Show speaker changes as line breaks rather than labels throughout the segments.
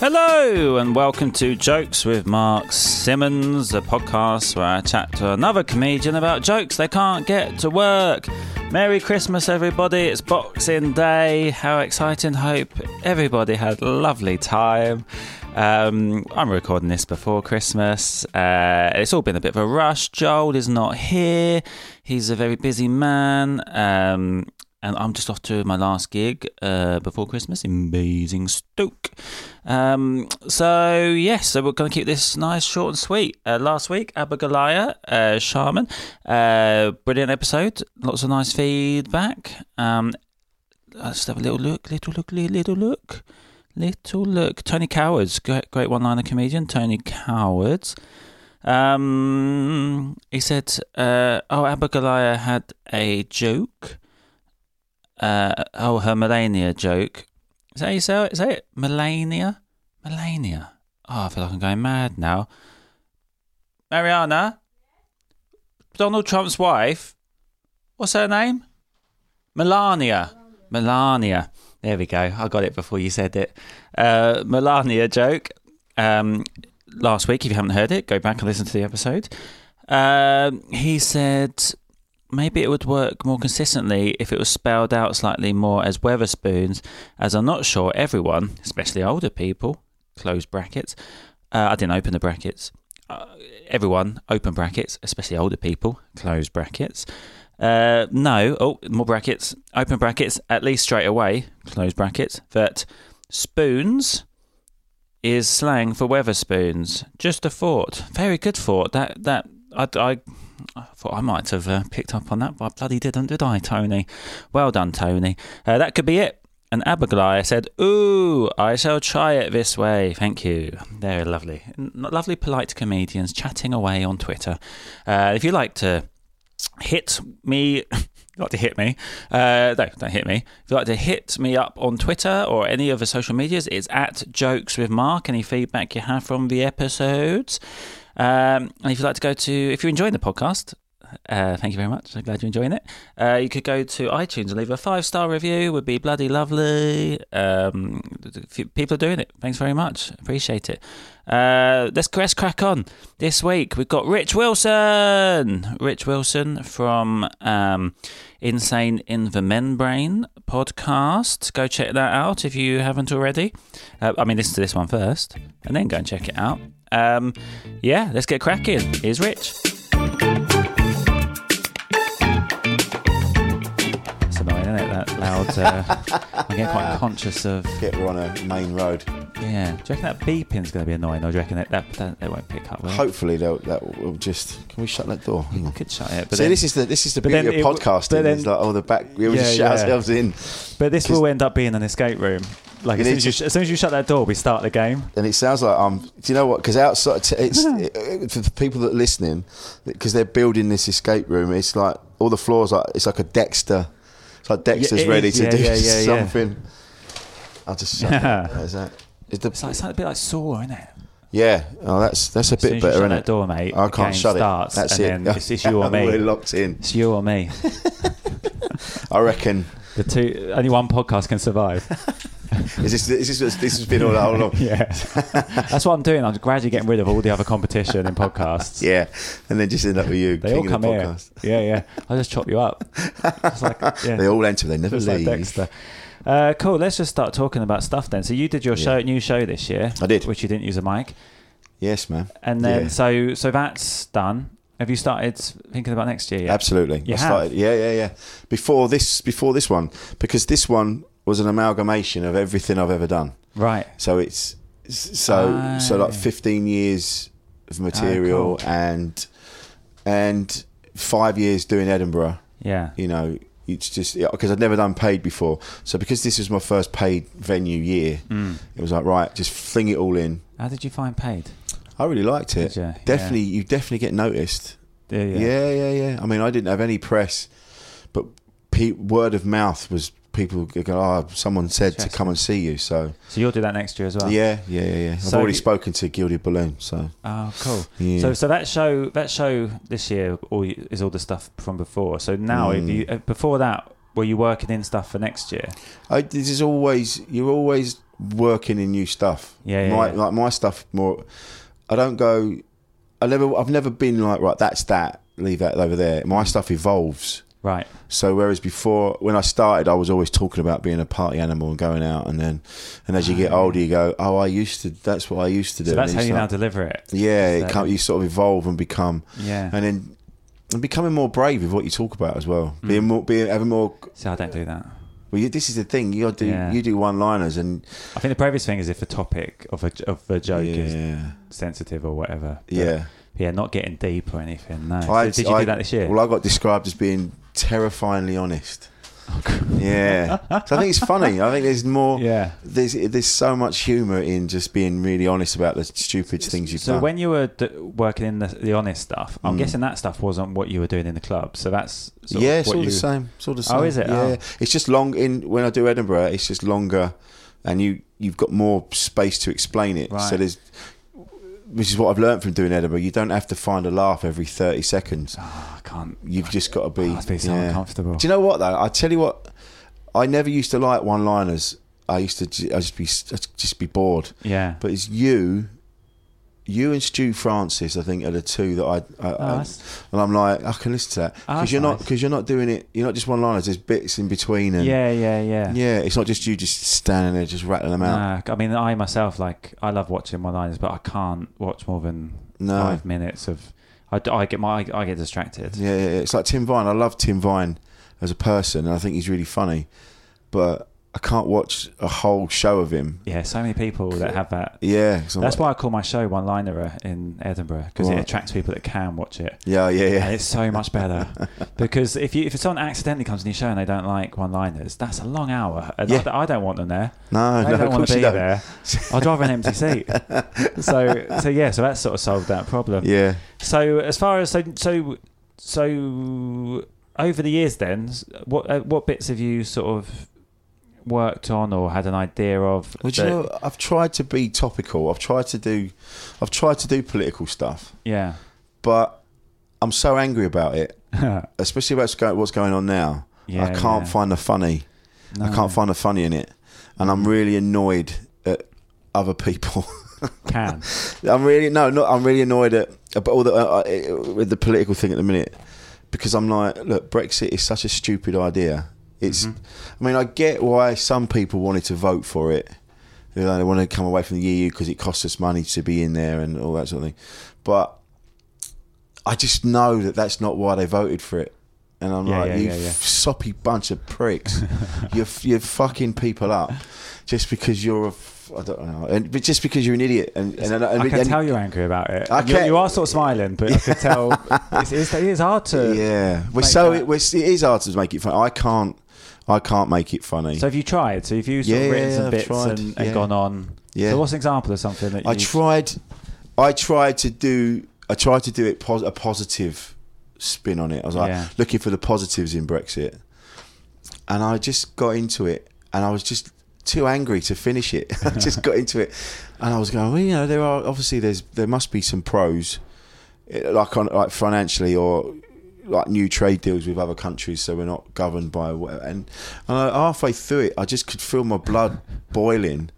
Hello, and welcome to Jokes with Mark Simmons, a podcast where I chat to another comedian about jokes they can't get to work. Merry Christmas, everybody. It's Boxing Day. How exciting. Hope everybody had a lovely time. Um, I'm recording this before Christmas. Uh, it's all been a bit of a rush. Joel is not here. He's a very busy man. Um, and I'm just off to my last gig uh, before Christmas in Basingstoke. Um, so yes, so we're going to keep this nice, short, and sweet. Uh, last week, Abigailia uh, Sharman, uh, brilliant episode. Lots of nice feedback. Um, let's have a little look, little look, li- little look, little look. Tony Cowards, great, great one-liner comedian. Tony Cowards. Um, he said, uh, "Oh, Abigailia had a joke." uh, oh, her Melania joke. Is that how you say it? Is that it? Melania? Melania. Oh, I feel like I'm going mad now. Mariana? Donald Trump's wife? What's her name? Melania. Melania. There we go. I got it before you said it. Uh, Melania joke. Um, last week, if you haven't heard it, go back and listen to the episode. Um, he said, maybe it would work more consistently if it was spelled out slightly more as Weatherspoons, as I'm not sure everyone, especially older people, close brackets. Uh, I didn't open the brackets. Uh, everyone, open brackets, especially older people, close brackets. Uh, no, oh, more brackets, open brackets, at least straight away, close brackets, that spoons is slang for Weatherspoons. Just a thought. Very good thought. That, that, I, I I thought I might have uh, picked up on that, but I bloody didn't, did I, Tony? Well done, Tony. Uh, that could be it. And Abigailia said, Ooh, I shall try it this way. Thank you. They're lovely. N- lovely, polite comedians chatting away on Twitter. Uh, if you like to hit me, not to hit me, uh, no, don't hit me. If you like to hit me up on Twitter or any of the social medias, it's at Jokes with Mark. Any feedback you have from the episodes? Um, and if you'd like to go to, if you're enjoying the podcast, uh, thank you very much. I'm glad you're enjoying it. Uh, you could go to iTunes and leave a five star review. Would be bloody lovely. Um, f- people are doing it. Thanks very much. Appreciate it. Uh, let's let's crack on. This week we've got Rich Wilson. Rich Wilson from um, Insane in the Membrane podcast. Go check that out if you haven't already. Uh, I mean, listen to this one first, and then go and check it out. Um, yeah, let's get cracking. Here's Rich. It's annoying, isn't it? That loud. Uh, I get quite conscious of.
Get we're on a main road.
Yeah. Do you reckon that beeping's going to be annoying, or do you reckon that that, that they won't pick up? Will it?
Hopefully, they'll, that will just. Can we shut that door? Hang on.
Could shut it. But
So
then,
this is the this is the
but then
beauty of
it w-
podcasting.
but then-
it's like oh the back we will
Yeah,
just shut
yeah.
ourselves in,
but this will end up being an escape room. Like
You
as soon
need
as, you,
to-
as soon as you shut that door, we start the game.
and it sounds like I'm. Do you know what? Because outside, t- it's it, it- for the people that are listening, because they're building this escape room. It's like all the floors like it's like a Dexter. It's like Dexter's
it is.
ready to
Yeah,
do
yeah, yeah, yeah.
something. I'll just shut that. Is that. Is the,
It's like it's like a bit like Saw, isn't it?
yeah, oh, that's that's a
soon as
bit
you
better,
shut
isn't
that
it?
door, mate,
I
the
can't
game
shut
starts,
it. That's
and
it.
then it's- it's you or me.
We're locked in.
It's you or me.
I reckon
The two only one podcast can survive.
Is this is this what this has been all along?
Yeah. That's what I'm doing. I'm gradually getting rid of all the other competition in podcasts.
Yeah, and then just end up with you.
They
king
all
of
come
the
here.
podcast.
Yeah, yeah. I just chop you up. It's like, yeah.
They all enter. They never
Just like
leave.
Dexter. Uh, cool. Let's just start talking about stuff then. So you did your show, new show this year.
I did.
which you didn't use a mic,
yes, man.
and then
Yeah.
so so that's done. Have you started thinking about next year yet?
Absolutely.
You
I
have?
started, yeah, yeah, yeah. Before this, before this one, because this one was an amalgamation of everything I've ever done.
Right.
So it's so so
Ah.
like 15 years of material
cool.
and and five years doing Edinburgh.
Yeah.
You know, it's just because I'd never done paid before. So because this was my first paid venue year,
Mm.
it was like right, just fling it all in.
How did you find paid?
I really liked it.
Did ya?
Definitely, you definitely get noticed.
Yeah. Yeah.
Yeah, yeah, yeah. I mean, I didn't have any press, but pe- word of mouth was people go, "Oh, someone said to
Interesting.
come and see you." So
So you'll do that next year as well.
yeah, yeah, yeah. yeah. I've
So
already
you-
spoken to Gilded Balloon, so
Oh, cool.
Yeah.
So, so that show, that show this year, all y- is all the stuff from before. So now,
Mm.
if you uh, before that, were you working in stuff for next year?
I, this is always you're always working in new stuff.
Yeah, yeah,
my,
yeah.
like my stuff more. I don't go. I never. I've never been like right. That's that. Leave that over there. My stuff evolves.
Right.
So whereas before, when I started, I was always talking about being a party animal and going out, and then, and as you get older, you go, "Oh, I used to. That's what I used to do."
Ah. So that's
And
how
it's
you now
like-
deliver it.
Yeah, it
So-
can't, you sort of evolve and become,
Yeah.
and then and becoming more brave with what you talk about as well.
Hmm.
Being more, being having more.
So I don't do that.
Well, you, this is the thing. You do
Yeah.
you do one liners and
I think the bravest thing is if the topic of a of a joke is
yeah,
sensitive or whatever. But,
yeah.
yeah, not getting deep or anything. No. So did you do that this year?
Well, I got described as being terrifyingly honest.
Oh,
yeah, so I think it's funny. I think there's more.
yeah.
There's there's so much humour in just being really honest about the stupid things you've
So
done. Mm.
when you were d- working in the, the honest stuff, I'm guessing that stuff wasn't what you were doing in the club. So that's sort
yeah,
of
it's
what
all
you,
the same. It's all the same.
Oh, is it?
Yeah,
Oh.
it's just long. In when I do Edinburgh, it's just longer, and you you've got more space to explain it. So
Right.
there's, which is what I've learned from doing Edinburgh. You don't have to find a laugh every thirty seconds.
Oh, I can't.
You've just got to be.
Oh, I'd be so
yeah.
uncomfortable.
Do you know what though? I tell you what, I never used to like one-liners. I used to ju- I just be I'd just be bored.
yeah.
But it's you, you and Stu Francis. I think are the two that I. I, I-
Oh, that's-
and I'm like, I can listen to that
Oh,
because you're not
that's nice.
because you're not doing it. You're not just one liners. There's bits in between and
yeah, yeah, yeah.
yeah. It's not just you just standing there just rattling them out.
Nah, I mean, I myself like I love watching one liners, but I can't watch more than
No.
five minutes of. I, I get my I get distracted.
Yeah, yeah, yeah. it's like Tim Vine. I love Tim Vine as a person, and I think he's really funny, but I can't watch a whole show of him.
Yeah, so many people that have that.
Yeah, 'cause I'm
That's
like-
why I call my show One Liner in Edinburgh because
Right.
it attracts people that can watch it.
Yeah, yeah,
And
yeah.
it's so much better because if you if someone accidentally comes in your show and they don't like one liners, that's a long hour. And
Yeah.
I, I don't want them there.
No,
I
no,
don't
of
want
course
to
you
be
don't.
there. I'd rather an empty seat. So so yeah, so that sort of solved that problem.
Yeah,
So as far as so so so over the years, then what uh, what bits have you sort of worked on or had an idea of?
well, do you
that-
know, I've tried to be topical. I've tried to do, I've tried to do political stuff,
Yeah.
but I'm so angry about it.
yeah.
especially about what's go- what's going on now.
Yeah,
I can't
yeah.
find the funny. I can't find the funny in it, and I'm really annoyed at other people.
Can.
I'm really no, not, I'm really annoyed at about all the uh, uh, with the political thing at the minute because I'm like, look, Brexit is such a stupid idea. It's,
Mm-hmm.
I mean, I get why some people wanted to vote for it. You know, they want to come away from the EU because it costs us money to be in there and all that sort of thing. But I just know that that's not why they voted for it. And I'm
Yeah,
like,
yeah,
you
yeah, yeah.
f- soppy bunch of pricks. you're, f- you're fucking people up just because you're a. F- I don't know. And, but just because you're an idiot. And, and, and,
I can
and-
tell you're angry about it.
I
You-
can't-
you are sort of smiling, but I can tell it's, it's, it is hard to.
Yeah. We're
make
so.
that-
It, we're, it is hard to make it funny. I can't. I can't make it funny.
So have you tried? So have you sort
Yeah,
of written
yeah,
some
I've
bits
tried.
and, and
Yeah.
gone on?
Yeah.
So what's an example of something that you?
I tried. I tried to do. I tried to do it pos- a positive spin on it. I was like
Yeah.
looking for the positives in Brexit, and I just got into it, and I was just too angry to finish it. I just got into it, and I was going, well, you know, there are obviously there's there must be some pros, eh, like on like financially or like new trade deals with other countries, so we're not governed by what. And, and I, halfway through it, I just could feel my blood boiling,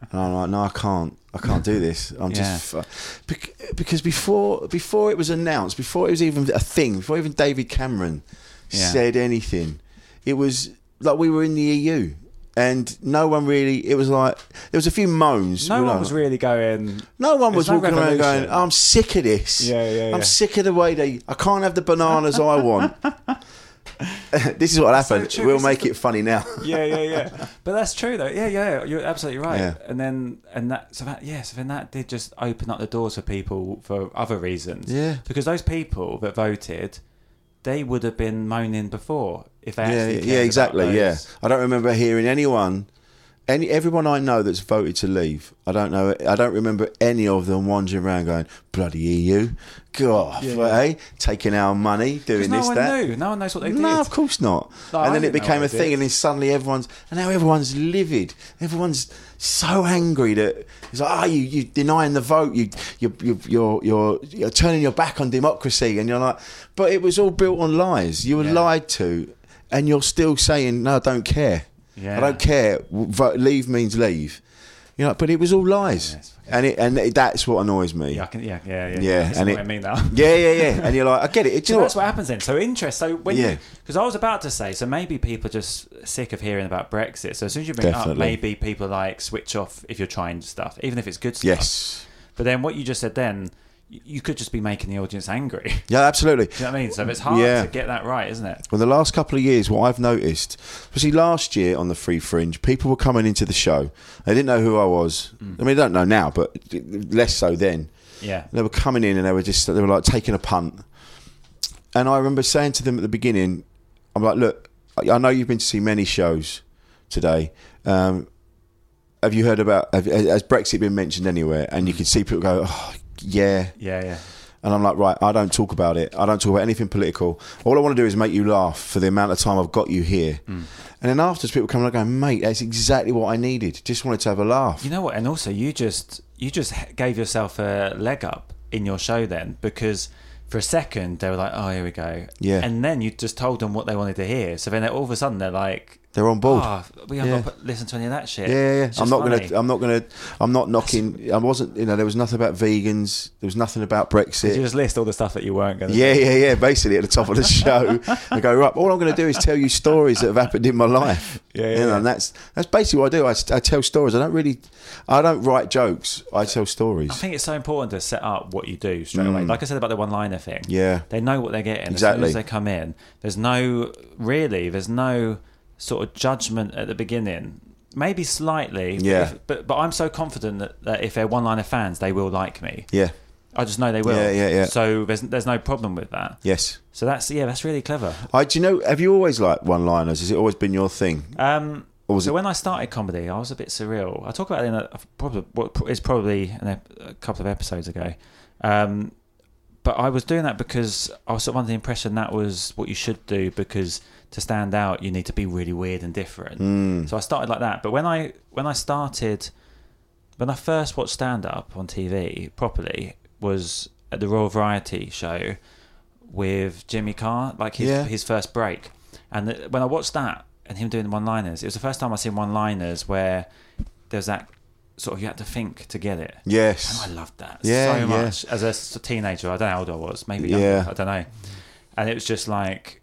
and I'm like, no, I can't, I can't do this. I'm just f- bec- because before before it was announced, before it was even a thing, before even David Cameron
Yeah.
said anything, it was like we were in the EU. And no one really. It was like there was a few moans.
No
We're
one
like-
was really going.
no one was
There's no
walking around
revolution.
going, "Oh, I'm sick of this.
Yeah, yeah,
I'm
yeah.
sick of the way they. I can't have the bananas I want. this is what happened.
true.
we'll
This is
make
the-
it funny now.
Yeah, yeah, yeah. But that's true though. Yeah, yeah, you're absolutely right.
Yeah.
And then and that so that yeah, so then that did just open up the doors for people for other reasons.
Yeah.
Because those people that voted, they would have been moaning before if they
yeah,
actually cared
yeah,
about
exactly. Yeah,
those.
I don't remember hearing anyone, any everyone I know that's voted to leave. I don't know. I don't remember any of them wandering around going, "Bloody EU, God, eh? taking our money, doing
'Cause no
this,
one
that."
knew. No one knows what they did.
No, of course not.
No, I
and then it
didn't know
became
I
a thing,
did.
and then suddenly everyone's and now everyone's livid. Everyone's so angry that it's like, oh, you you denying the vote, you you you you're you're, you're turning your back on democracy, and you're like, but it was all built on lies. You were lied to, and you're still saying, no, I don't care.
Yeah.
I don't care. W- Vote, leave means leave. You know, but it was all lies, and it and it, that's what annoys me.
Yeah, I can, yeah, yeah, yeah.
Yeah,
That's
and
what
it-
I mean now.
Yeah, yeah, yeah. And you're like, I get it. Do
So
you know
that's
what?
what happens then. So interest. So when
Yeah.
because I was about to say, so maybe people are just sick of hearing about Brexit. So as soon as you bring it up,
Definitely.
maybe people like switch off if you're trying stuff, even if it's good stuff.
Yes.
But then what you just said then, y- you could just be making the audience angry. Do
Yeah, absolutely.
you know what I mean? So it's hard
Yeah.
to get that right, isn't it?
Well, the last couple of years, what I've noticed, especially last year on the Free Fringe, people were coming into the show. They didn't know who I was. I mean, they don't know now, but less so then.
Yeah.
They were coming in and they were just, they were like taking a punt. And I remember saying to them at the beginning, I'm like, look, I I know you've been to see many shows today. Um, have you heard about, have, has Brexit been mentioned anywhere? And you can see people go, oh, yeah.
Yeah, yeah.
And I'm like, right, I don't talk about it. I don't talk about anything political. All I want to do is make you laugh for the amount of time I've got you here.
Mm.
And then afterwards, people come and go, mate, that's exactly what I needed. Just wanted to have a laugh.
You know what? And also, you just you just h- gave yourself a leg up in your show then because for a second they were like, "Oh, here we go,"
Yeah.
and then you just told them what they wanted to hear. So then they're- all of a sudden they're like,
They're on board.
"Oh, we haven't
Yeah.
got to listen to any of that shit."
yeah, yeah, yeah.
It's
I'm
just
not
funny.
gonna. I'm not gonna. I'm not knocking. I wasn't. You know, there was nothing about vegans. There was nothing about Brexit.
you just list all the stuff that you weren't gonna.
Yeah, yeah, yeah. Basically, at the top of the show, I go right. All I'm going to do is tell you stories that have happened in my life.
Yeah, yeah,
You know,
yeah.
and that's that's basically what I do. I, s- I tell stories. I don't really, I don't write jokes. I tell stories.
I think it's so important to set up what you do straight away. Like I said about the one-liner thing.
Mm. Yeah.
They know what they're getting
Exactly.
as soon as they come in. There's no really. There's no sort of judgment at the beginning. Maybe slightly. but
Yeah.
if- but but I'm so confident that, that if they're one-liner fans, they will like me.
yeah.
I just know they will.
Yeah, yeah, yeah.
So there's there's no problem with that.
Yes.
So that's yeah, that's really clever.
I, do you know? Have you always liked one-liners? Has it always been your thing?
Um,
Or was
so
it-
when I started comedy, I was a bit surreal. I talk about it in a, probably what is probably an, ep- a couple of episodes ago. Um, but I was doing that because I was sort of under the impression that was what you should do because to stand out, you need to be really weird and different.
Hmm. Mm,
So I started like that. But when I when I started, when I first watched stand up on TV properly was at the Royal Variety Show with Jimmy Carr, like his
Yeah.
his first break. And the, when I watched that and him doing one liners, it was the first time I seen one liners where there's that sort of you had to think to get it.
Yes.
And I loved that
Yeah, yeah.
so much as a s- teenager. I don't know how old I was, maybe
Yeah.
younger, I don't know. And it was just like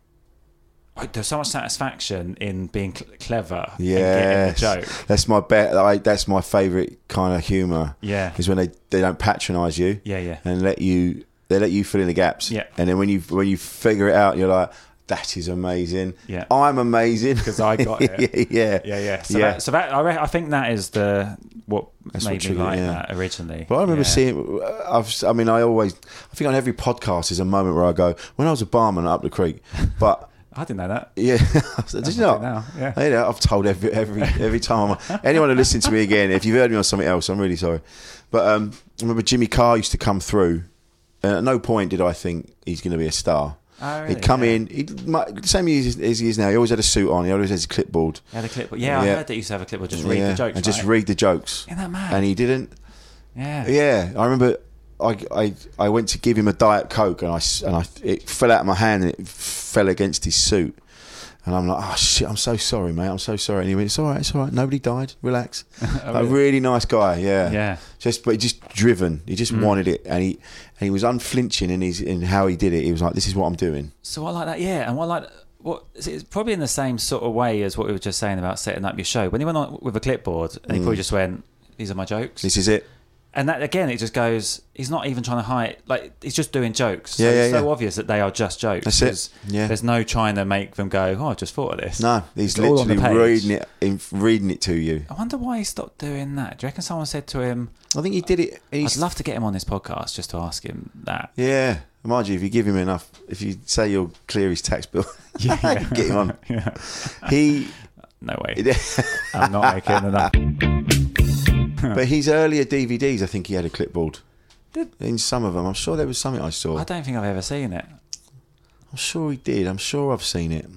I- there's so much satisfaction in being cl- clever and
Yes.
getting the joke.
That's my bet. I, that's my favourite kind of humour.
Yeah.
Is when they, they don't patronise you.
Yeah, yeah.
And let you they let you fill in the gaps.
Yeah.
And then when you when you figure it out, you're like, that is amazing.
Yeah.
I'm amazing
'Cause I got it.
yeah.
Yeah, yeah. So,
yeah.
That, so that I, re- I think that is the what
That's what
made me
triggered it,
like
yeah.
that originally.
But I remember
Yeah.
seeing. I've, I mean, I always. I think on every podcast is a moment where I go, when I was a barman up the creek, but.
I didn't know that.
Yeah, did you
I'll do
not?
it now, yeah.
I, you know, I've told every every every time I'm, anyone who listens to me again. If you've heard me on something else, I'm really sorry. But um, I remember Jimmy Carr used to come through, and at no point did I think he's going to be a star.
Oh, really?
He'd come
Yeah.
in, he'd, my, same as, as he is now. He always had a suit on. He always had his clipboard.
You had a clipboard. Yeah,
Yeah.
I heard that you used to have a clipboard. Just read
Yeah,
the jokes.
and just
right?
read the jokes.
Isn't that mad?
And he didn't.
Yeah.
Yeah, I remember. I, I, I went to give him a diet coke and I s- and I it fell out of my hand and it fell against his suit. And I'm like, oh shit, I'm so sorry, mate. I'm so sorry. And he went, it's all right, it's all right. Nobody died. Relax. a really? nice guy. Yeah.
Oh, Yeah. Mm.
Just, but he just driven. He just wanted it, and he and he was unflinching in his in how he did it. He was like, this is what I'm doing.
So I like that, yeah. And what I like what it's probably in the same sort of way as what we were just saying about setting up your show. When he went on with a clipboard, and he
Mm.
probably just went, "These are my jokes,"
This is it.
and that again, it just goes. He's not even trying to hide. Like he's just doing jokes. So
Yeah, yeah,
it's so
yeah.
obvious that they are just jokes.
That's it.
There's-
Yeah.
There's no trying to make them go. Oh, I just thought of this.
No, he's
It's all on the
literally
page.
reading it, in, reading it to you.
I wonder why he stopped doing that. Do you reckon someone said to him,
I think he did it.
"I'd
and He's,
love to get him on this podcast just to ask him that."
yeah, mind you, if you give him enough, if you say you'll clear his tax bill, yeah, get him on.
Yeah.
He,
No way. I'm not making it up.
but his earlier DVDs, I think he had a clipboard. In some of them, I'm sure there was something I saw.
I don't think I've ever seen it.
I'm sure he did. I'm sure I've seen it.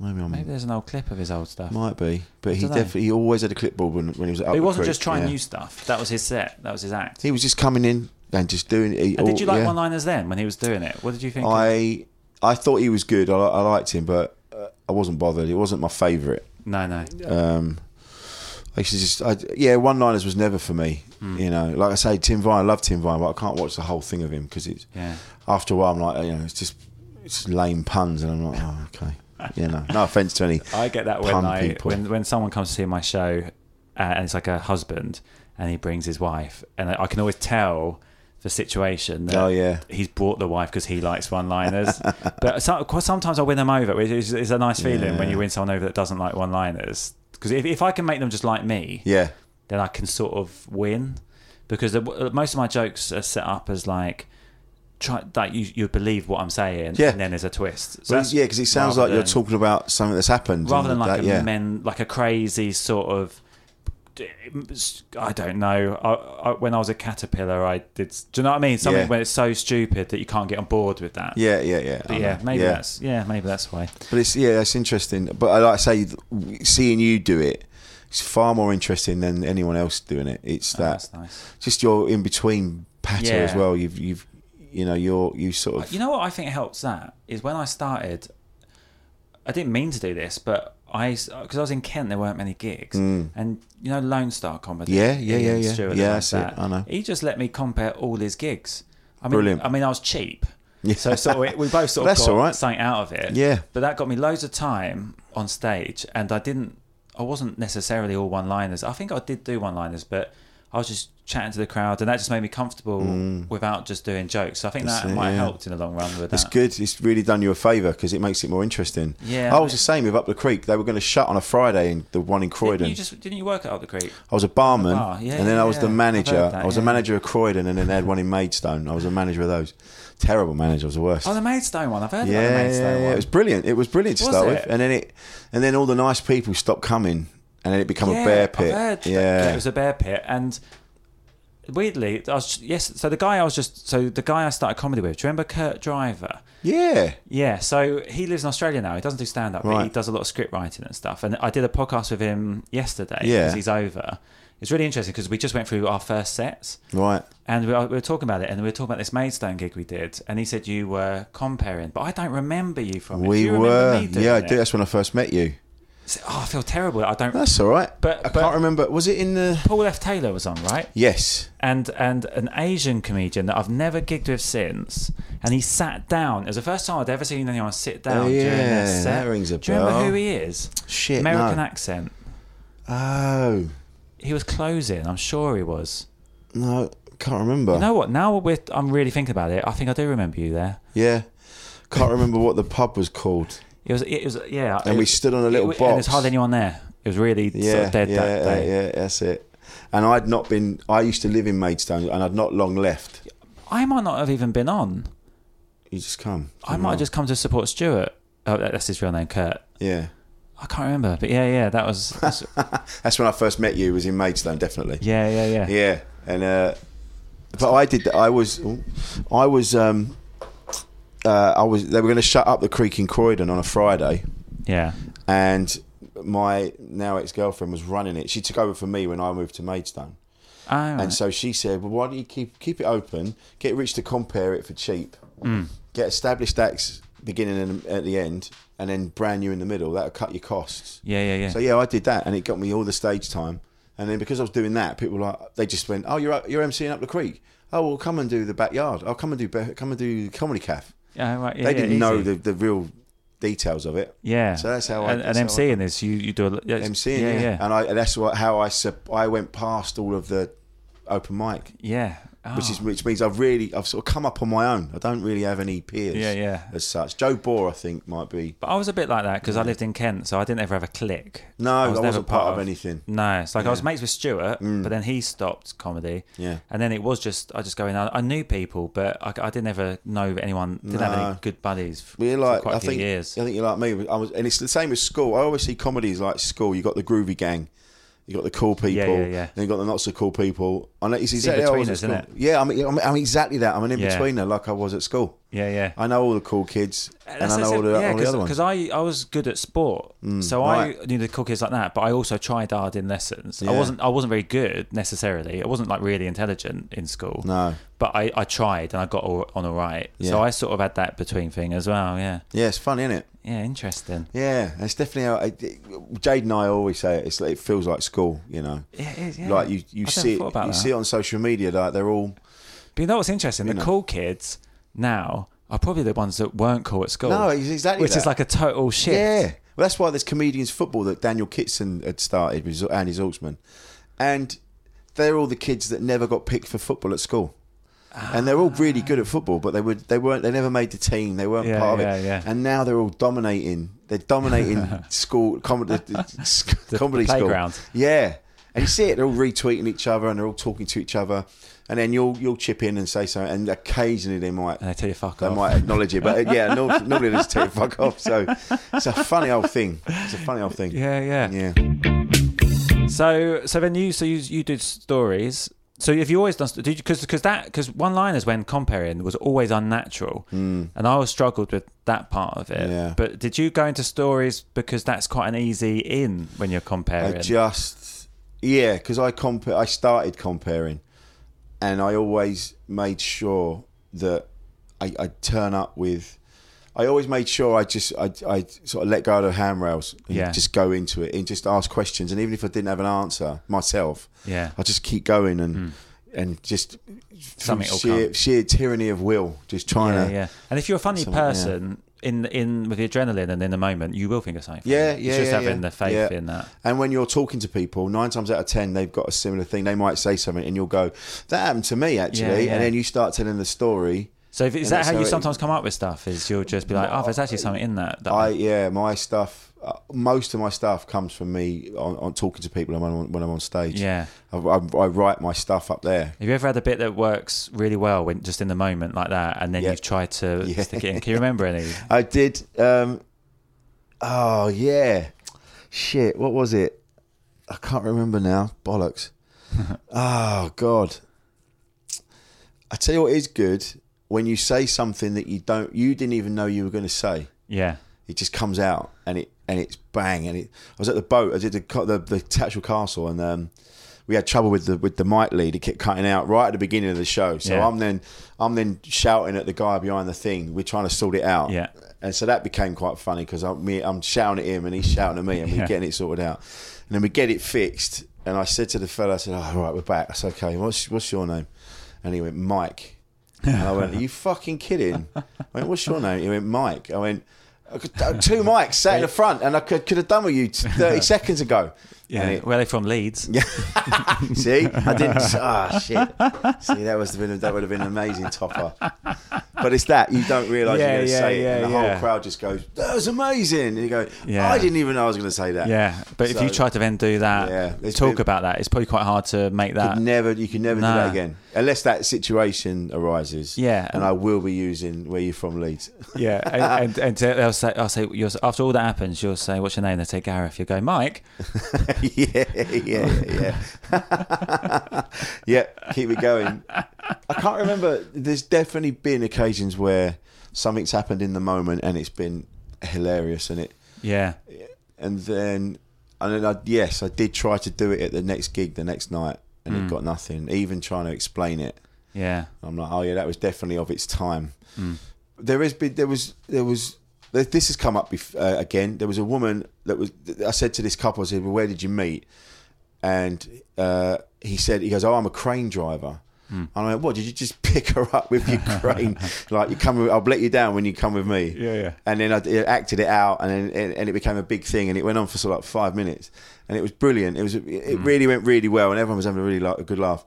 Maybe I'm.
Maybe there's an old clip of his old stuff.
Mm. Might be, but he
dunno.
definitely he always had a clipboard when, when he was. Up
But he
the
wasn't
creek,
just trying
yeah.
new stuff. That was his set. That was his act.
He was just coming in and just doing it. He-
And did you
all-
like
Oh, yeah.
one-liners then when he was doing it? What did you think? of-
I I thought he was good. I, li- I liked him, but uh, I wasn't bothered. It wasn't my favourite.
no, no.
Um, I used to just I, yeah, one liners was never for me.
Hmm.
You know, like I say, Tim Vine, I love Tim Vine, but I can't watch the whole thing of him because it's
Yeah.
after a while I'm like, you know, it's just it's lame puns, and I'm like, oh okay, you know, no offense to any.
I get that when
Pun
I
people.
when, when someone comes to see my show, uh, and it's like a husband, and he brings his wife, and I, I can always tell the situation. That
Oh, yeah.
he's brought the wife because he likes one-liners. but so, quite sometimes I win them over. which is it's a nice feeling when you win someone over that doesn't like one-liners. Because if, if I can make them just like me,
Yeah,
then I can sort of win because the, most of my jokes are set up as like try like you you believe what I'm saying
Yeah.
and then there's a twist. So
well,
that's
yeah, because it sounds like
rather
you're
than-
talking about something that's happened
rather than
and
like
that-
a men like a crazy sort of I don't know. I, I, when I was a caterpillar, I did. Do you know what I mean? Something
Yeah.
when it's so stupid that you can't get on board with that.
yeah, yeah, yeah, I
But yeah,
know.
maybe that's yeah, maybe that's why.
But it's yeah, that's interesting. But I like I say, th- seeing you do it, it's far more interesting than anyone else doing it. It's that
That's nice.
just your in between patter
Yeah. Uh,
as well. You've you've you know you're you sort of
You know what I think helps that is when I started. I didn't mean to do this, but I because I was in Kent, there weren't many gigs, and you know Lone Star comedy.
Mm. Yeah, yeah,
Ian
yeah, yeah.
Stewart and
Yeah,
like
that's it.
that,
I know.
He just let me compare all his gigs. I mean,
Brilliant.
I mean, I was cheap, so so we, we both sort of
That's
got
all right.
something out of it.
Yeah.
but that got me loads of time on stage, and I didn't. I wasn't necessarily all one-liners. I think I did do one-liners, but I was just chatting to the crowd, and that just made me comfortable without just doing jokes. So I think that
Mm. it,
might
yeah.
help helped in the long run with
It's
that.
good. It's really done you a favour because it makes it more interesting.
Yeah.
I was the same with Up the Creek. They were going to shut on a Friday in the one in
Didn't
Croydon.
you just didn't you work at Up the Creek?
I was a barman,
bar, yeah,
and then I was
yeah,
the
I've heard
manager.
that,
I was
yeah.
a manager of Croydon, and then they had one in Maidstone. I was a manager of those. Terrible manager. I was the worst.
Oh, the Maidstone one. I've heard about the
yeah,
Maidstone
yeah,
one.
it was brilliant. It was brilliant to
Was
start
it?
with, and then it, and then all the nice people stopped coming, and then it became
Yeah,
a bear
I've
pit.
heard that-
yeah,
it was a bear pit, and weirdly, I was yes. So the guy I was just so the guy I started comedy with. Do you remember Kurt Driver?
yeah.
Yeah, so he lives in Australia now. He doesn't do stand up, but he
Right.
does a lot of script writing and stuff. And I did a podcast with him yesterday
Yeah.
because he's over. It's really interesting because we just went through our first sets.
Right.
And we were, we were talking about it, and we were talking about this Maidstone gig we did, and he said you were comparing, but I don't remember you from. it. Do
We
you remember
were.
me doing
Yeah, I
it?
do. That's when I first met you.
So- oh, I feel terrible. I don't.
That's all right.
But-
I
but-
can't remember. Was it in the?
Paul F. Taylor was on, right?
Yes.
And and an Asian comedian that I've never gigged with since, and he sat down. It was the first time I'd ever seen anyone sit down
Oh,
during
yeah,
their set.
that rings a
do you remember
bell.
who he is?
Shit,
American
no.
accent.
Oh
He was closing. I'm sure he was.
no, can't remember.
You know what? Now we're, I'm really thinking about it. I think I do remember you there.
Yeah, can't remember what the pub was called.
It was. It was. Yeah.
And
it-
we stood on a little
it, And there's
box.
hardly anyone there. It was really sort
Yeah,
of dead
yeah,
that
yeah,
day.
yeah. That's it. And I'd not been. I used to live in Maidstone, and I'd not long left.
I might not have even been on.
You just come.
I might have just come to support Stuart. Oh, that- that's his real name, Kurt.
Yeah.
I can't remember, but yeah, yeah, that was. that's-
That's when I first met you. Was in Maidstone, definitely.
yeah, yeah, yeah,
Yeah, and uh, but I did. I was, I was, um, uh, I was. They were going to shut up the creek in Croydon on a Friday,
yeah.
and my now ex girlfriend was running it. She took over for me when I moved to Maidstone.
Oh, right.
And so she said, "Well, why don't you keep keep it open? Get Rich to compare it for cheap. Get established acts beginning and at the end, and then brand new in the middle. That'll cut your costs."
yeah, yeah, yeah.
So yeah, I did that, and it got me all the stage time. And then because I was doing that, people were like they just went, "Oh, you're up, you're emceeing up the creek. Oh, well, come and do the backyard. Oh, come and do be- come and do comedy calf."
yeah, Ah, right, yeah
They
yeah,
didn't know
easy.
the, the real details of it.
Yeah.
So that's how I-
and,
that's
and
how I-
MCing this. You you do a yeah, it's-
MCing,
Yeah,
yeah,
yeah,
and I and that's what, how I sup- I went past all of the open mic,
yeah.
which
Oh.
is which means I've really I've sort of come up on my own. I don't really have any peers,
Yeah, yeah.
as such. Joe Bohr, I think, might be
But I was a bit like that because I lived in Kent, so I didn't ever have a clique.
no, I,
never
wasn't part of anything.
No, it's like I was mates with Stuart, but then he stopped comedy.
Mm. Yeah.
and then it was just I just go in. I, I knew people, but I, I didn't ever know anyone. Didn't have
No.
any good buddies. f-
We're
for
like,
quite a
I
few
think,
years.
I think you're like me. I was, and it's the same as school. I always see comedies like school. You got the groovy gang, you got the cool people,
yeah, yeah.
then you got the not so cool people. And it's exactly how I was at
in-betweeners, isn't
school.
it?
Yeah, I'm, I'm, I'm exactly that. I'm an in
Yeah.
betweener, like I was at school.
Yeah, yeah.
I know all the cool kids, and,
That's
I know
it,
all the,
yeah,
all the other ones. Mm,
because I, I was good at sport, so I knew the cool kids like that. But I also tried hard in lessons. I
Yeah.
wasn't I wasn't very good necessarily. I wasn't like really intelligent in school.
No.
but I, I tried and I got all, on all right. So
Yeah.
I sort of had that between thing as well. Yeah,
yeah, it's fun, isn't it?
yeah, interesting.
Yeah, it's definitely how it, it- Jade and I always say it. It's, like- it feels like school, you know.
Yeah, it is, yeah.
Like you, you
I never
see, it,
thought
you
about that.
see it on social media. Like they're all
But you know what's interesting? The
know.
cool kids now are probably the ones that weren't cool at school.
No, it's exactly
which is
that.
like a total shift.
Yeah. Well, that's why there's comedians football that Daniel Kitson had started with Andy Zaltzman. And they're all the kids that never got picked for football at school. And they're all really good at football, but they would they weren't they never made the team. They weren't
Ah. Yeah,
part
yeah,
of it.
yeah.
And now they're all dominating. They're dominating school comedy
The-
comedy
the
school.
playground.
Yeah. And you see it, they're all retweeting each other and they're all talking to each other. And then you'll you'll chip in and say something and occasionally they might
And they tell you fuck
they
off.
might acknowledge it, but uh, yeah, nor- normally they just take fuck off. So it's a funny old thing. It's a funny old thing.
Yeah, yeah,
Yeah.
So, so then you, so you, you did stories. So, have you always done? Did you because because that because one liners when comparing was always unnatural, and I always struggled with that part of it.
Hmm. Yeah.
But did you go into stories because that's quite an easy in when you're
I
comparing?
just, yeah, because I compa- I started comparing and I always made sure that I, I'd turn up with, I always made sure I just, I, I sort of let go of the handrails and
Yeah.
just go into it and just ask questions. And even if I didn't have an answer myself,
Yeah. Hmm.
I just keep going and, and just
Something
through
will
sheer,
come.
sheer tyranny of will, just trying
yeah,
to,
yeah. And if you're a funny
Something, yeah.
person in in with the adrenaline and in the moment, you will think of something.
Yeah,
funny.
yeah,
It's just
yeah,
having
yeah.
the faith
Yeah.
in that.
And when you're talking to people, nine times out of ten, they've got a similar thing. They might say something, and you'll go, "That happened to me, actually."
Yeah, yeah.
And then you start telling the story.
So, if, is
And
that
that's
how you
how it-
sometimes come up with stuff? Is you'll just be like, oh, there's actually something in that. that
I yeah, my stuff. Uh, most of my stuff comes from me on, on talking to people when I'm on, when I'm on stage.
Yeah.
I, I, I write my stuff up there.
Have you ever had a bit that works really well when just in the moment like that, and then
Yeah.
you've tried to
Yeah.
stick it in? Can you remember any?
I did. Um, oh yeah, shit. What was it? I can't remember now. Bollocks. oh god. I tell you what is good when you say something that you don't, you didn't even know you were going to say.
Yeah,
It just comes out and it and it's bang and it. I was at the boat. I did the co- the, the Tatchell Castle and um, we had trouble with the with the mic lead. It kept cutting out right at the beginning of the show. So
Yeah.
I'm then I'm then shouting at the guy behind the thing. We're trying to sort it out.
Yeah.
And so that became quite funny because I'm me, I'm shouting at him and he's shouting at me and
Yeah.
we're getting it sorted out. And then we get it fixed. And I said to the fella, I said, "All oh, right, we're back." I said, "Okay, what's what's your name?" And he went, "Mike." And I went, Are you fucking kidding? I went, What's your name? He went, Mike. I went, "I could- Two mics sat in the front, and I could, could have done with you 30 seconds ago.
yeah.
And it-
Where are they from Leeds?
see, I didn't. Ah, shit. See, that was been that would have been an amazing topper. But it's that you don't realise
Yeah,
you're going to
yeah,
say it, and
yeah,
the
yeah.
whole crowd just goes, "That was amazing," and you go,
Yeah.
"I didn't even know I was going to say that."
Yeah, but if you
So-
try to then do that,
Yeah, it's
talk
been-
about that, it's probably quite hard to make that.
Could never, you can never
Nah.
do that again, unless that situation arises.
Yeah.
and I will be using where you're from, Leeds.
Yeah, and, and, and to- they'll say, I'll say, you'll, after all that happens, you'll say, what's your name? They say Gareth. You go, Mike.
yeah, yeah, yeah. yeah, keep it going. I can't remember. There's definitely been occasions where something's happened in the moment and it's been hilarious, and it,
Yeah,
and then, and then I, yes, I did try to do it at the next gig the next night, and it got nothing. Even trying to explain it,
Yeah.
I'm like, oh yeah, that was definitely of its time.
Mm.
There has been, there was, there was. there- This has come up bef- uh, again. There was a woman that was. I said to this couple, I said, "Well, where did you meet?" And uh, he said, "He goes, oh, I'm a crane driver."
Mm.
And I went, "What? Did you just pick her up with your crane? like you come? With, I'll let you down when you come with me."
Yeah, yeah.
And then I d- acted it out, and then and, and it became a big thing, and it went on for sort of like five minutes, and it was brilliant. It was it
Mm.
really went really well, and everyone was having a really like a good laugh.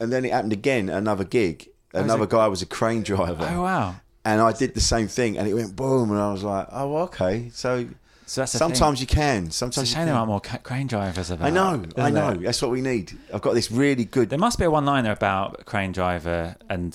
And then it happened again, at another gig. Another guy was a crane driver,
Oh wow.
and I did the same thing, and it went boom, and I was like, "Oh, well, okay." So,
So that's the thing.
sometimes you can,
It's a
sometimes you
shame
can.
there aren't more ca- crane drivers about.
I know,
isn't
I know.
there?
That's what we need. I've got this really good.
There must be a one-liner about a crane driver and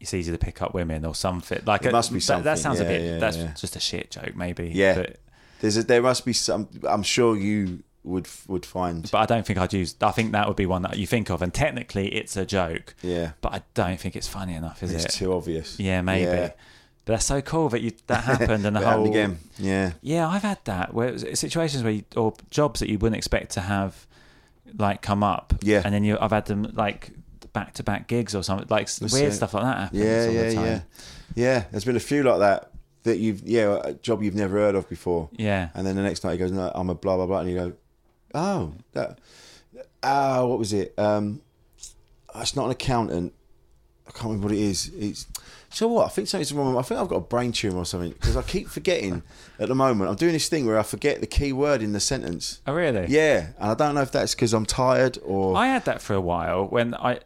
it's easy to pick up women or something. Like
It
a-
must be
that- That,
something.
sounds a
Yeah,
bit.
yeah,
that's
yeah.
just a shit joke, maybe.
Yeah.
But,
There's a, there must be some. I'm sure you would would find.
but I don't think I'd use. I think that would be one that you think of, and technically it's a joke.
Yeah,
But I don't think it's funny enough, is it?
it's too obvious.
yeah, maybe.
Yeah.
But that's so cool that you that happened and the
It
whole
happened again. Yeah,
Yeah, I've had that where it was uh, situations where you, or jobs that you wouldn't expect to have like come up.
Yeah.
and then you I've had them like back to back gigs or something like
That's
weird
it.
stuff like that happens
yeah,
all
yeah,
the time.
yeah, yeah. There's been a few like that that you've yeah a job you've never heard of before.
Yeah.
And then the next night he goes, no, I'm a blah blah blah, and you go, oh, that, ah, what was it? Um, it's not an accountant. I can't remember what it is. It's, so what? I think something's wrong. with- I think I've got a brain tumor or something because I keep forgetting. at the moment, I'm doing this thing where I forget the key word in the sentence.
Oh really?
Yeah, and I don't know if that's because I'm tired or
I had that for a while when I,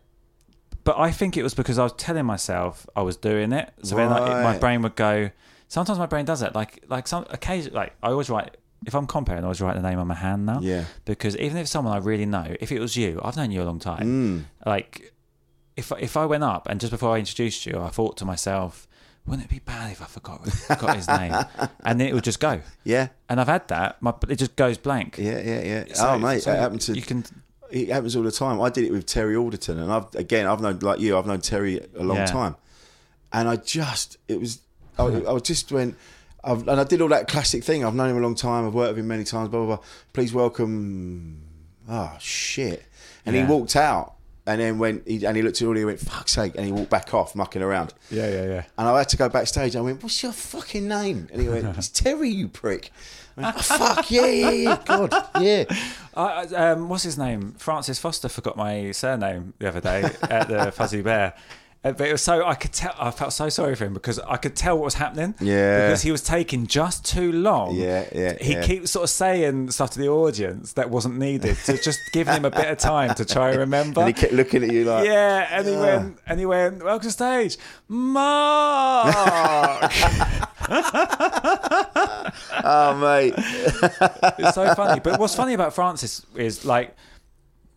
but I think it was because I was telling myself I was doing it. So then like, it- my
Right.
brain would go. Sometimes my brain does that. Like like some occasion like I always write. If I'm comparing, I always write the name on my hand now.
Yeah.
Because even if someone I really know, if it was you, I've known you a long time.
Mm.
Like, if if I went up and just before I introduced you, I thought to myself, wouldn't it be bad if I forgot forgot his name? And then it would just go.
yeah,
And I've had that. My it just goes blank.
yeah, yeah, yeah.
So-
oh mate,
so
that happened to
you can
it happens all the time. I did it with Terry Alderton, and I've again, I've known like you, I've known Terry a long
Yeah.
time, and I just it was, I, I just went, I've, and I did all that classic thing. I've known him a long time. I've worked with him many times. Blah blah blah. Please welcome. Oh shit! And
Yeah.
he walked out, and then went, he, and he looked at all, he went, "Fuck's sake!" And he walked back off, mucking around.
Yeah, yeah, yeah.
And I had to go backstage. I went, "What's your fucking name?" And he went, "It's Terry, you prick." I went, "Oh, fuck yeah, yeah, yeah, God, yeah.
I, I- um, what's his name? Francis Foster forgot my surname the other day at the Fuzzy Bear. Uh, But it was so I could tell. I felt so sorry for him because I could tell what was happening.
Yeah.
Because he was taking just too long.
Yeah, yeah,
He
yeah.
keeps sort of saying stuff to the audience that wasn't needed. So just giving him a bit of time to try and remember.
And he kept looking at you like, "Ah."
yeah, and he went, and he went, welcome to stage, Mark.
"Oh mate,
it's so funny. But what's funny about Francis is like,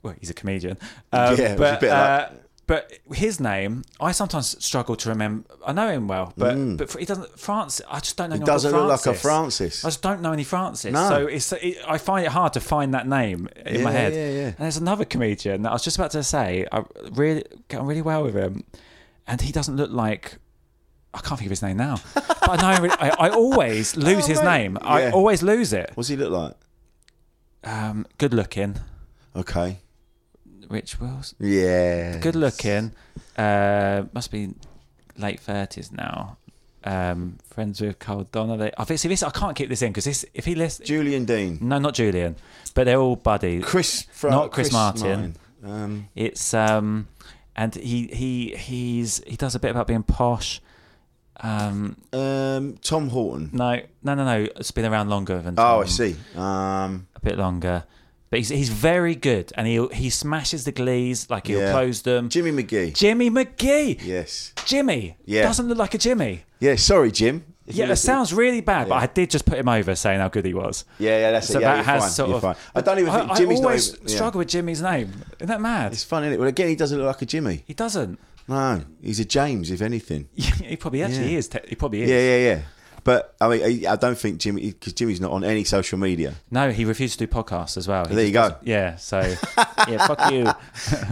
well, he's a comedian. Um,
Yeah, it was a
but,
bit
uh,
like-
but his name, I sometimes struggle to remember. I know him well, but but he doesn't. Francis, I just don't know. He
Mm. doesn't look like a Francis.
I just don't know any Francis.
No.
So it's it, I find it hard to find that name in my
Yeah,
head.
yeah, yeah.
And there's another comedian that I was just about to say. I really get on really well with him, and he doesn't look like. I can't think of his name now, but I know I, really- I, I always lose his name. I
Oh, Yeah.
always lose it.
What's he look like?
Um, good looking,
Okay.
Rich Wills.
Yeah.
Good looking. Uh, must be late thirties now. Um, friends with Carl Donnelly. I think see this. I can't keep this in because this. If he lists,
Julian Dean.
no, not Julian, but they're all buddies.
Chris. Fra-
Not Chris Martin.
Martin. Um,
It's um, and he he he's he does a bit about being posh. Um,
um, Tom Horton.
no, no, no, no. It's been around longer than.
Oh, I
Tom.
see. Um,
a bit longer. But he's, he's very good, and he he smashes the glees like he'll
Yeah.
close them.
Jimmy McGee.
Jimmy McGee,
yes.
Jimmy
Yeah.
doesn't look like a Jimmy.
Yeah. Sorry, Jim. If you
Yeah, it
listen-
sounds really bad, but I did just put him over saying how good he was.
Yeah, yeah, that's
So
it. Yeah,
that
you're
has
fine.
sort
you're
of.
fine. I don't even
I-
think
I
Jimmy's not
always
even- yeah.
struggle with Jimmy's name. Isn't that mad?
It's funny, isn't it? Well, again, he doesn't look like a Jimmy.
he doesn't.
No, he's a James, if anything.
he probably actually
Yeah.
is. Te- he probably is.
Yeah, yeah, yeah. But I mean, I I don't think Jimmy because Jimmy's not on any social media.
No, he refused to do podcasts as well. He
There
just
you go.
doesn't- Yeah. So yeah, fuck you.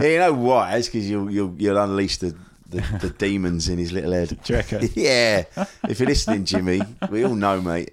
Yeah, you know why? It's because you'll, you'll you'll unleash the, the, the demons in his little head.
Do you reckon?
yeah. If you're listening, Jimmy, we all know, mate.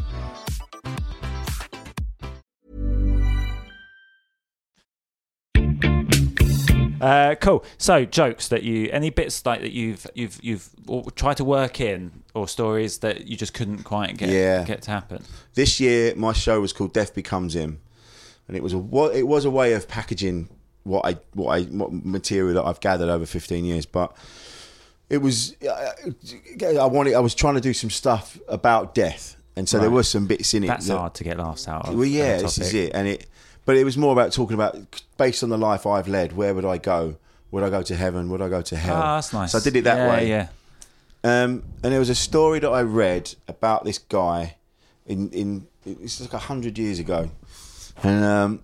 Uh, cool. So jokes that you any bits like that you've you've you've or tried to work in or stories that you just couldn't quite get
Yeah.
get to happen.
This year, my show was called Death Becomes Him, and it was a wa- it was a way of packaging what I what I what material that I've gathered over fifteen years. But it was uh, I I wanted I was trying to do some stuff about death, and so there
Right.
were some bits in it.
That's
that-
hard to get laughs out of.
Well,
on a
yeah, this is
topic.
it, and it. But it was more about talking about based on the life I've led. Where would I go? Would I go to heaven? Would I go to hell?
Ah, that's nice.
So I did it that
Yeah,
way.
Yeah.
Um, and there was a story that I read about this guy in in it's like a hundred years ago, and um,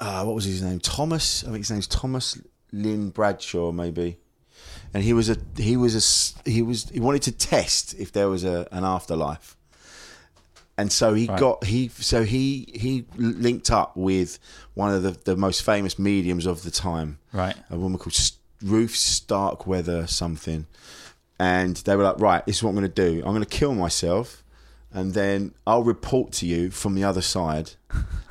uh, what was his name? Thomas. I think his name's Thomas Lynn Bradshaw, maybe. And he was a he was a s- he was he wanted to test if there was a an afterlife, and so he got he so he he linked up with one of the, the most famous mediums of the time,
Right.
a woman called S- Ruth Starkweather something, and they were like, "Right, this is what I'm going to do. I'm going to kill myself, and then I'll report to you from the other side."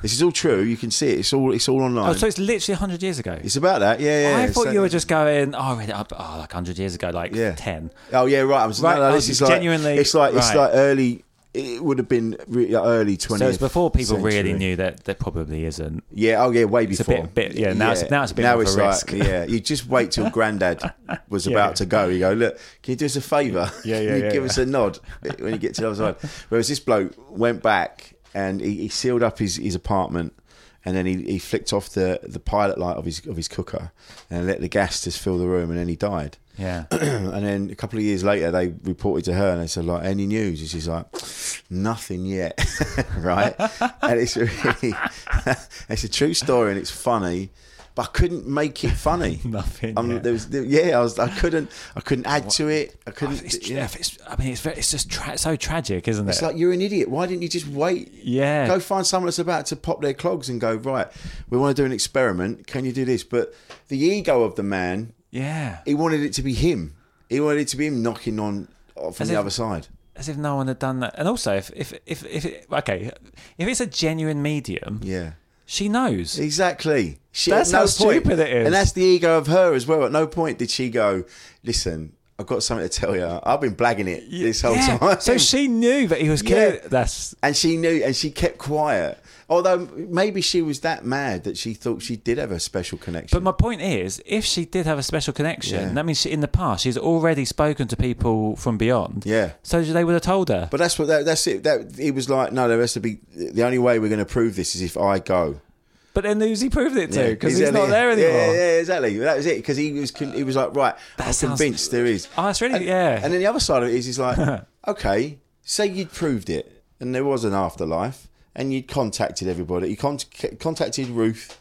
this is all true. You can see it. It's all it's all online.
Oh, so it's literally hundred years ago.
it's about that. Yeah, yeah.
I thought
So-
you were just going. Oh, I read it up. Oh, like hundred years ago, like
yeah.
ten.
Oh yeah, right. I was
Right,
No, no, this
I was
is like,
genuinely-
It's like it's
right.
like early. It would have been re- early 20th.
So it's before people really
century.
knew that there probably isn't.
Yeah, oh yeah, way
a
before.
bit- bit- yeah, now it's- now it's a bit more of a risk.
like, yeah, you just wait till Grandad was about to go. You go, look, can you do us a favour?
Yeah, yeah,
Can you
yeah,
give
yeah.
us a nod when you get to the other side. Whereas this bloke went back and he, he sealed up his, his apartment, and then he, he flicked off the, the pilot light of his of his cooker and let the gas just fill the room, and then he died.
Yeah.
and then a couple of years later, they reported to her and they said, like, any news? And she's like, nothing yet, right? and it's a really, it's a true story and it's funny, but I couldn't make it funny.
Nothing
Um,
yet.
There was, there- yeah, I was, I couldn't, I couldn't add to it. I couldn't.
Oh, It's,
yeah.
it's, I mean, it's very, it's just tra- so tragic, isn't
It's
it?
like you're an idiot. Why didn't you just wait?
Yeah.
Go find someone that's about to pop their clogs and go right. We want to do an experiment. Can you do this? But the ego of the man
yeah.
he wanted it to be him. He wanted it to be him knocking on uh, from
As
the
if-
other side.
As if no one had done that. And also, if if if, if it, okay, if it's a genuine medium,
Yeah,
she knows.
exactly. She,
That's
at no
how
point-
stupid it is.
and that's the ego of her as well. At no point did she go, "Listen, I've got something to tell you. I've been blagging it this whole
Yeah.
time."
So she knew that he was killing.
Yeah.
That's
and she knew, and she kept quiet. Although maybe she was that mad that she thought she did have a special connection.
But my point is, if she did have a special connection,
Yeah.
that means she, in the past she's already spoken to people from beyond.
Yeah.
So they would have told her.
But that's what that, that's it. That it was like, no, there has to be. The only way we're going to prove this is if I go.
But then who's he proved it to? Because he's
exactly.
not there
Yeah,
anymore.
Yeah, yeah, exactly. That was it because he was con- he was like, right, I'm
sounds-
convinced there is.
Oh, that's really-
and,
yeah.
And then the other side of it is, he's like, okay, say you'd proved it and there was an afterlife and you'd contacted everybody, you con- contacted Ruth,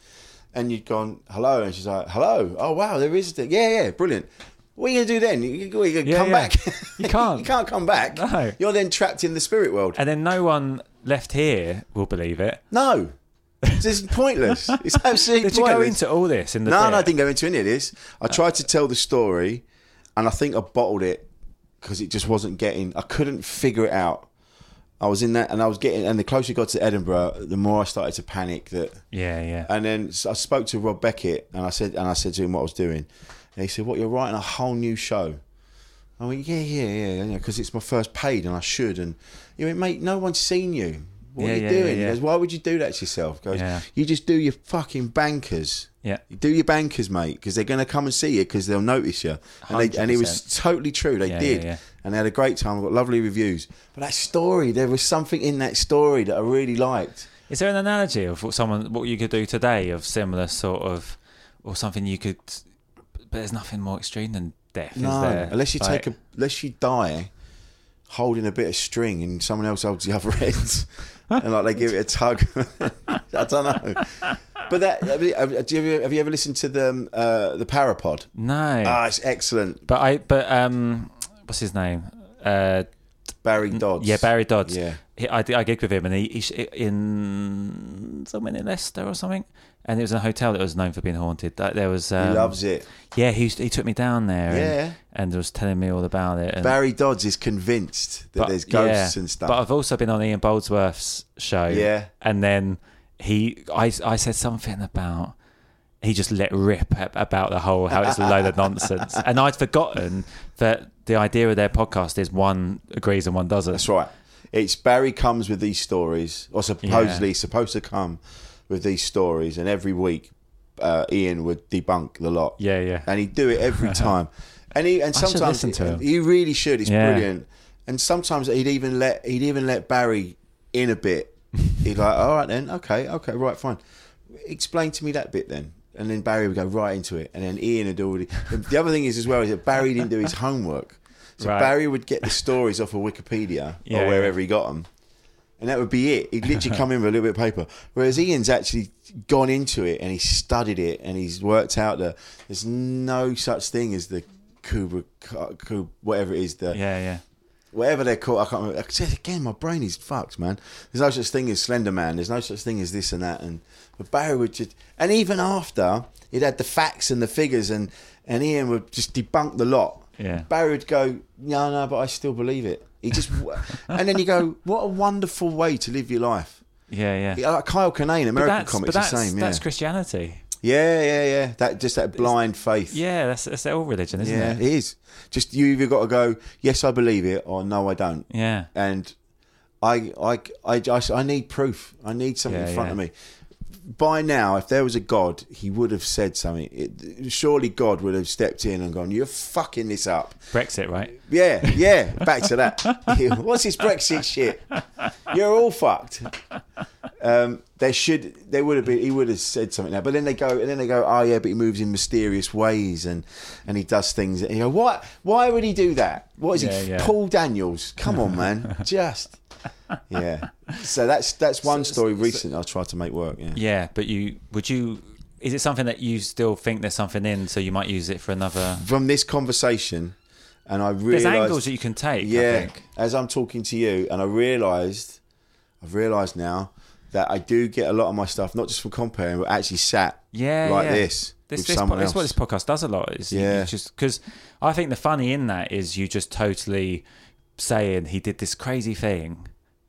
and you'd gone hello, and she's like, hello, oh wow, there is, th- yeah, yeah, brilliant. What are you gonna do then? You, you, you
Yeah,
come
yeah.
back?
You can't.
you can't come back.
No.
You're then trapped in the spirit world.
And then no one left here will believe it.
no. It's just pointless. It's absolutely
Did you go
pointless.
into all this in the Uh.
No,
bit?
no, I didn't go into any of this. I tried to tell the story, and I think I bottled it because it just wasn't getting. I couldn't figure it out. I was in that, and I was getting, and the closer it got to Edinburgh, the more I started to panic that.
Yeah, yeah.
And then s- I spoke to Rob Beckett, and I said, and I said to him what I was doing, and he said, "What you're writing a whole new show." I went, "Yeah, yeah, yeah, yeah," because it's my first paid, and I should. And he went, "Mate, no one's seen you. What
Yeah,
are you
yeah,
doing?"
yeah,
He
yeah.
goes, "Why would you do that to yourself?" He goes,
Yeah.
"You just do your fucking bankers."
Yeah.
You do your bankers, mate, because they're going to come and see you because they'll notice you. And, they, and it was
100%.
totally true. They
Yeah,
did.
yeah, yeah.
And they had a great time. I got lovely reviews. But that story, there was something in that story that I really liked.
Is there an analogy of what someone what you could do today of similar sort of or something you could? But there's nothing more extreme than death, is
No,
there?
unless you
Like-
take a, unless you die holding a bit of string and someone else holds the other end, and like they give it a tug. I don't know. But that have you, have you- have you ever listened to the um, uh, the Parapod?
no.
Ah, it's excellent,
but I but um, what's his name? Uh,
Barry Dodds.
yeah, Barry Dodds.
Yeah.
He, I, I gigged with him, and he, he sh- in somewhere in Leicester or something, and it was in a hotel that was known for being haunted. Like, There was um,
he loves it.
Yeah, he, used- he took me down there.
Yeah.
and, and was telling me all about it. And,
Barry Dodds is convinced that
but-
there's ghosts
yeah,
and stuff.
But I've also been on Ian Boldsworth's show.
Yeah.
And then he, I, I said something about, he just let rip ab- about the whole, how it's a load of nonsense. And I'd forgotten that the idea of their podcast is one agrees and one doesn't.
That's right. It's Barry comes with these stories, or supposedly supposed to come with these stories, and every week uh, Ian would debunk the lot.
Yeah, yeah.
And he'd do it every time. And he and
should
sometimes
listen to him.
you really should. It's
Yeah.
brilliant. And sometimes he'd even let he'd even let Barry in a bit. He'd like, all right then, okay, okay, right, fine. Explain to me that bit then. And then Barry would go right into it, and then Ian would already. The other thing is as well is that Barry didn't do his homework, so
Right.
Barry would get the stories off of Wikipedia
Yeah,
or wherever
yeah.
he got them, and that would be it. He'd literally come in with a little bit of paper. Whereas Ian's actually gone into it and he studied it and he's worked out that there's no such thing as the Kubrick, Kub, whatever it is, the
Yeah, yeah.
whatever they're called. I can't remember. I said Again, my brain is fucked, man. There's no such thing as Slender Man. There's no such thing as this and that. And but Barry would just, and even after he'd had the facts and the figures, and and Ian would just debunk the lot.
Yeah.
Barry would go, no, no, but I still believe it. He just, and then you go, what a wonderful way to live your life.
Yeah, yeah.
Yeah, Like Kyle Kinane,
But
American
that's,
comics,
but
the
that's,
same. Yeah.
that's Christianity.
yeah, yeah, yeah. That just that blind faith.
Yeah, that's, that's all religion, isn't
yeah,
it?
it is. Just you either got to go, yes, I believe it, or no, I don't
Yeah.
and I, I, I, just- I need proof. I need something
Yeah,
in front
yeah.
of me. By now, if there was a God, he would have said something. It, surely God would have stepped in and gone, "You're fucking this up."
Brexit, right?
Yeah, yeah. Back to that. What's this Brexit shit? You're all fucked. Um, they should. They would have been. He would have said something now. But then they go. And then they go. Oh yeah, but he moves in mysterious ways and and he does things. And you go, what? Why would he do that? What is
Yeah,
he?
yeah.
Paul Daniels. Come on, man. Just. Yeah. So that's that's one story recent I tried to make work. Yeah.
Yeah, but you would you is it something that you still think there's something in, so you might use it for another?
From this conversation, and I
There's
realized
angles that you can take. I
Yeah.
think.
As I'm talking to you, and I realised, I've realised now that I do get a lot of my stuff not just from comparing, but actually sat
yeah,
like
yeah.
this,
This,
with
this, po-
someone
this
else.
is what this podcast does a lot. Is you-
Yeah.
you just because I think the funny in that is you just totally saying he did this crazy thing,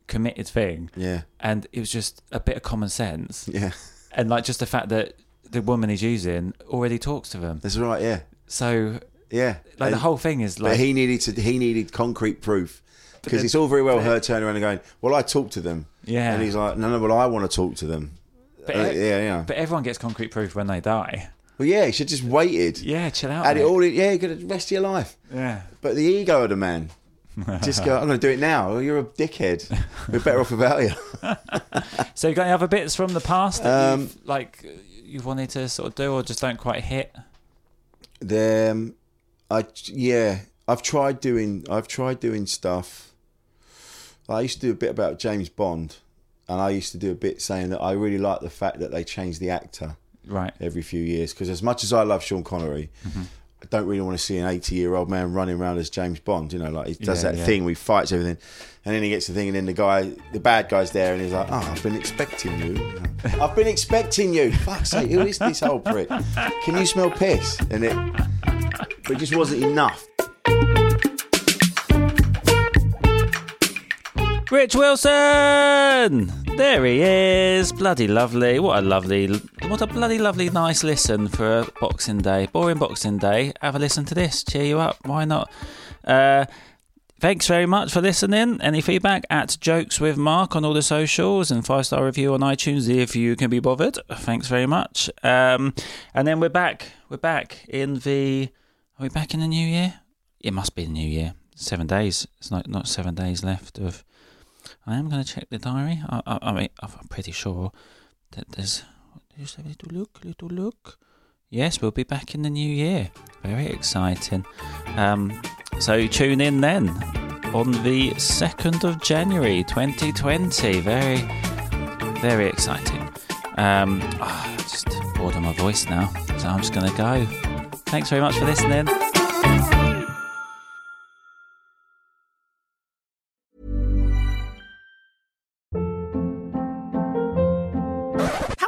committed thing,
yeah,
and it was just a bit of common sense,
yeah,
and like just the fact that the woman he's using already talks to them.
that's right. Yeah,
So
yeah.
like the
And-
whole thing is
but
like
he needed to. He needed concrete proof because it's all very well her turning around and going, "Well, I talked to them."
Yeah.
and he's like, "No, no, well, I want to talk to them."
but,
Uh,
ev-
yeah, yeah.
but everyone gets concrete proof when they die.
well, yeah, he should just waited.
Yeah, chill out.
Had it
mate.
all. in- Yeah, you got the rest of your life.
Yeah.
But the ego of the man. Just go, I'm going to do it now. Well, You're a dickhead. We're better off without you.
So you got any other bits from the past that
Um,
you've, like you wanted to sort of do or just don't quite hit?
The, um, I yeah, I've tried doing I've tried doing stuff. I used to do a bit about James Bond, and I used to do a bit saying that I really like the fact that they changed the actor
Right. Mm-hmm.
every few years because as much as I love Sean Connery. I don't really want to see an 80 year old man running around as James Bond, you know, like he does
Yeah,
that
yeah.
thing where he fights everything and then he gets the thing, and then the guy, the bad guy's there, and he's like, Oh, I've been expecting you. I've been expecting you. Fuck's sake, who is this old prick? Can you smell piss? And it, but it just wasn't enough.
Rich Wilson! There he is. Bloody lovely. What a lovely, what a bloody lovely nice listen for Boxing Day. Boring Boxing Day. Have a listen to this. Cheer you up. Why not? Uh, Thanks very much for listening. Any feedback at Jokes with Mark on all the socials and five star review on iTunes if you can be bothered. Thanks very much. Um, and then we're back. We're back in the. Are we back in the new year? It must be the new year. Seven days. It's not not seven days left of. I am going to check the diary. I, I, I mean, I'm pretty sure that there's. Just have a little look, a little look. Yes, we'll be back in the new year. Very exciting. Um, so tune in then on the 2nd of January 2020. Very, very exciting. Um, ah, just bored of my voice now, so I'm just going to go. Thanks very much for listening.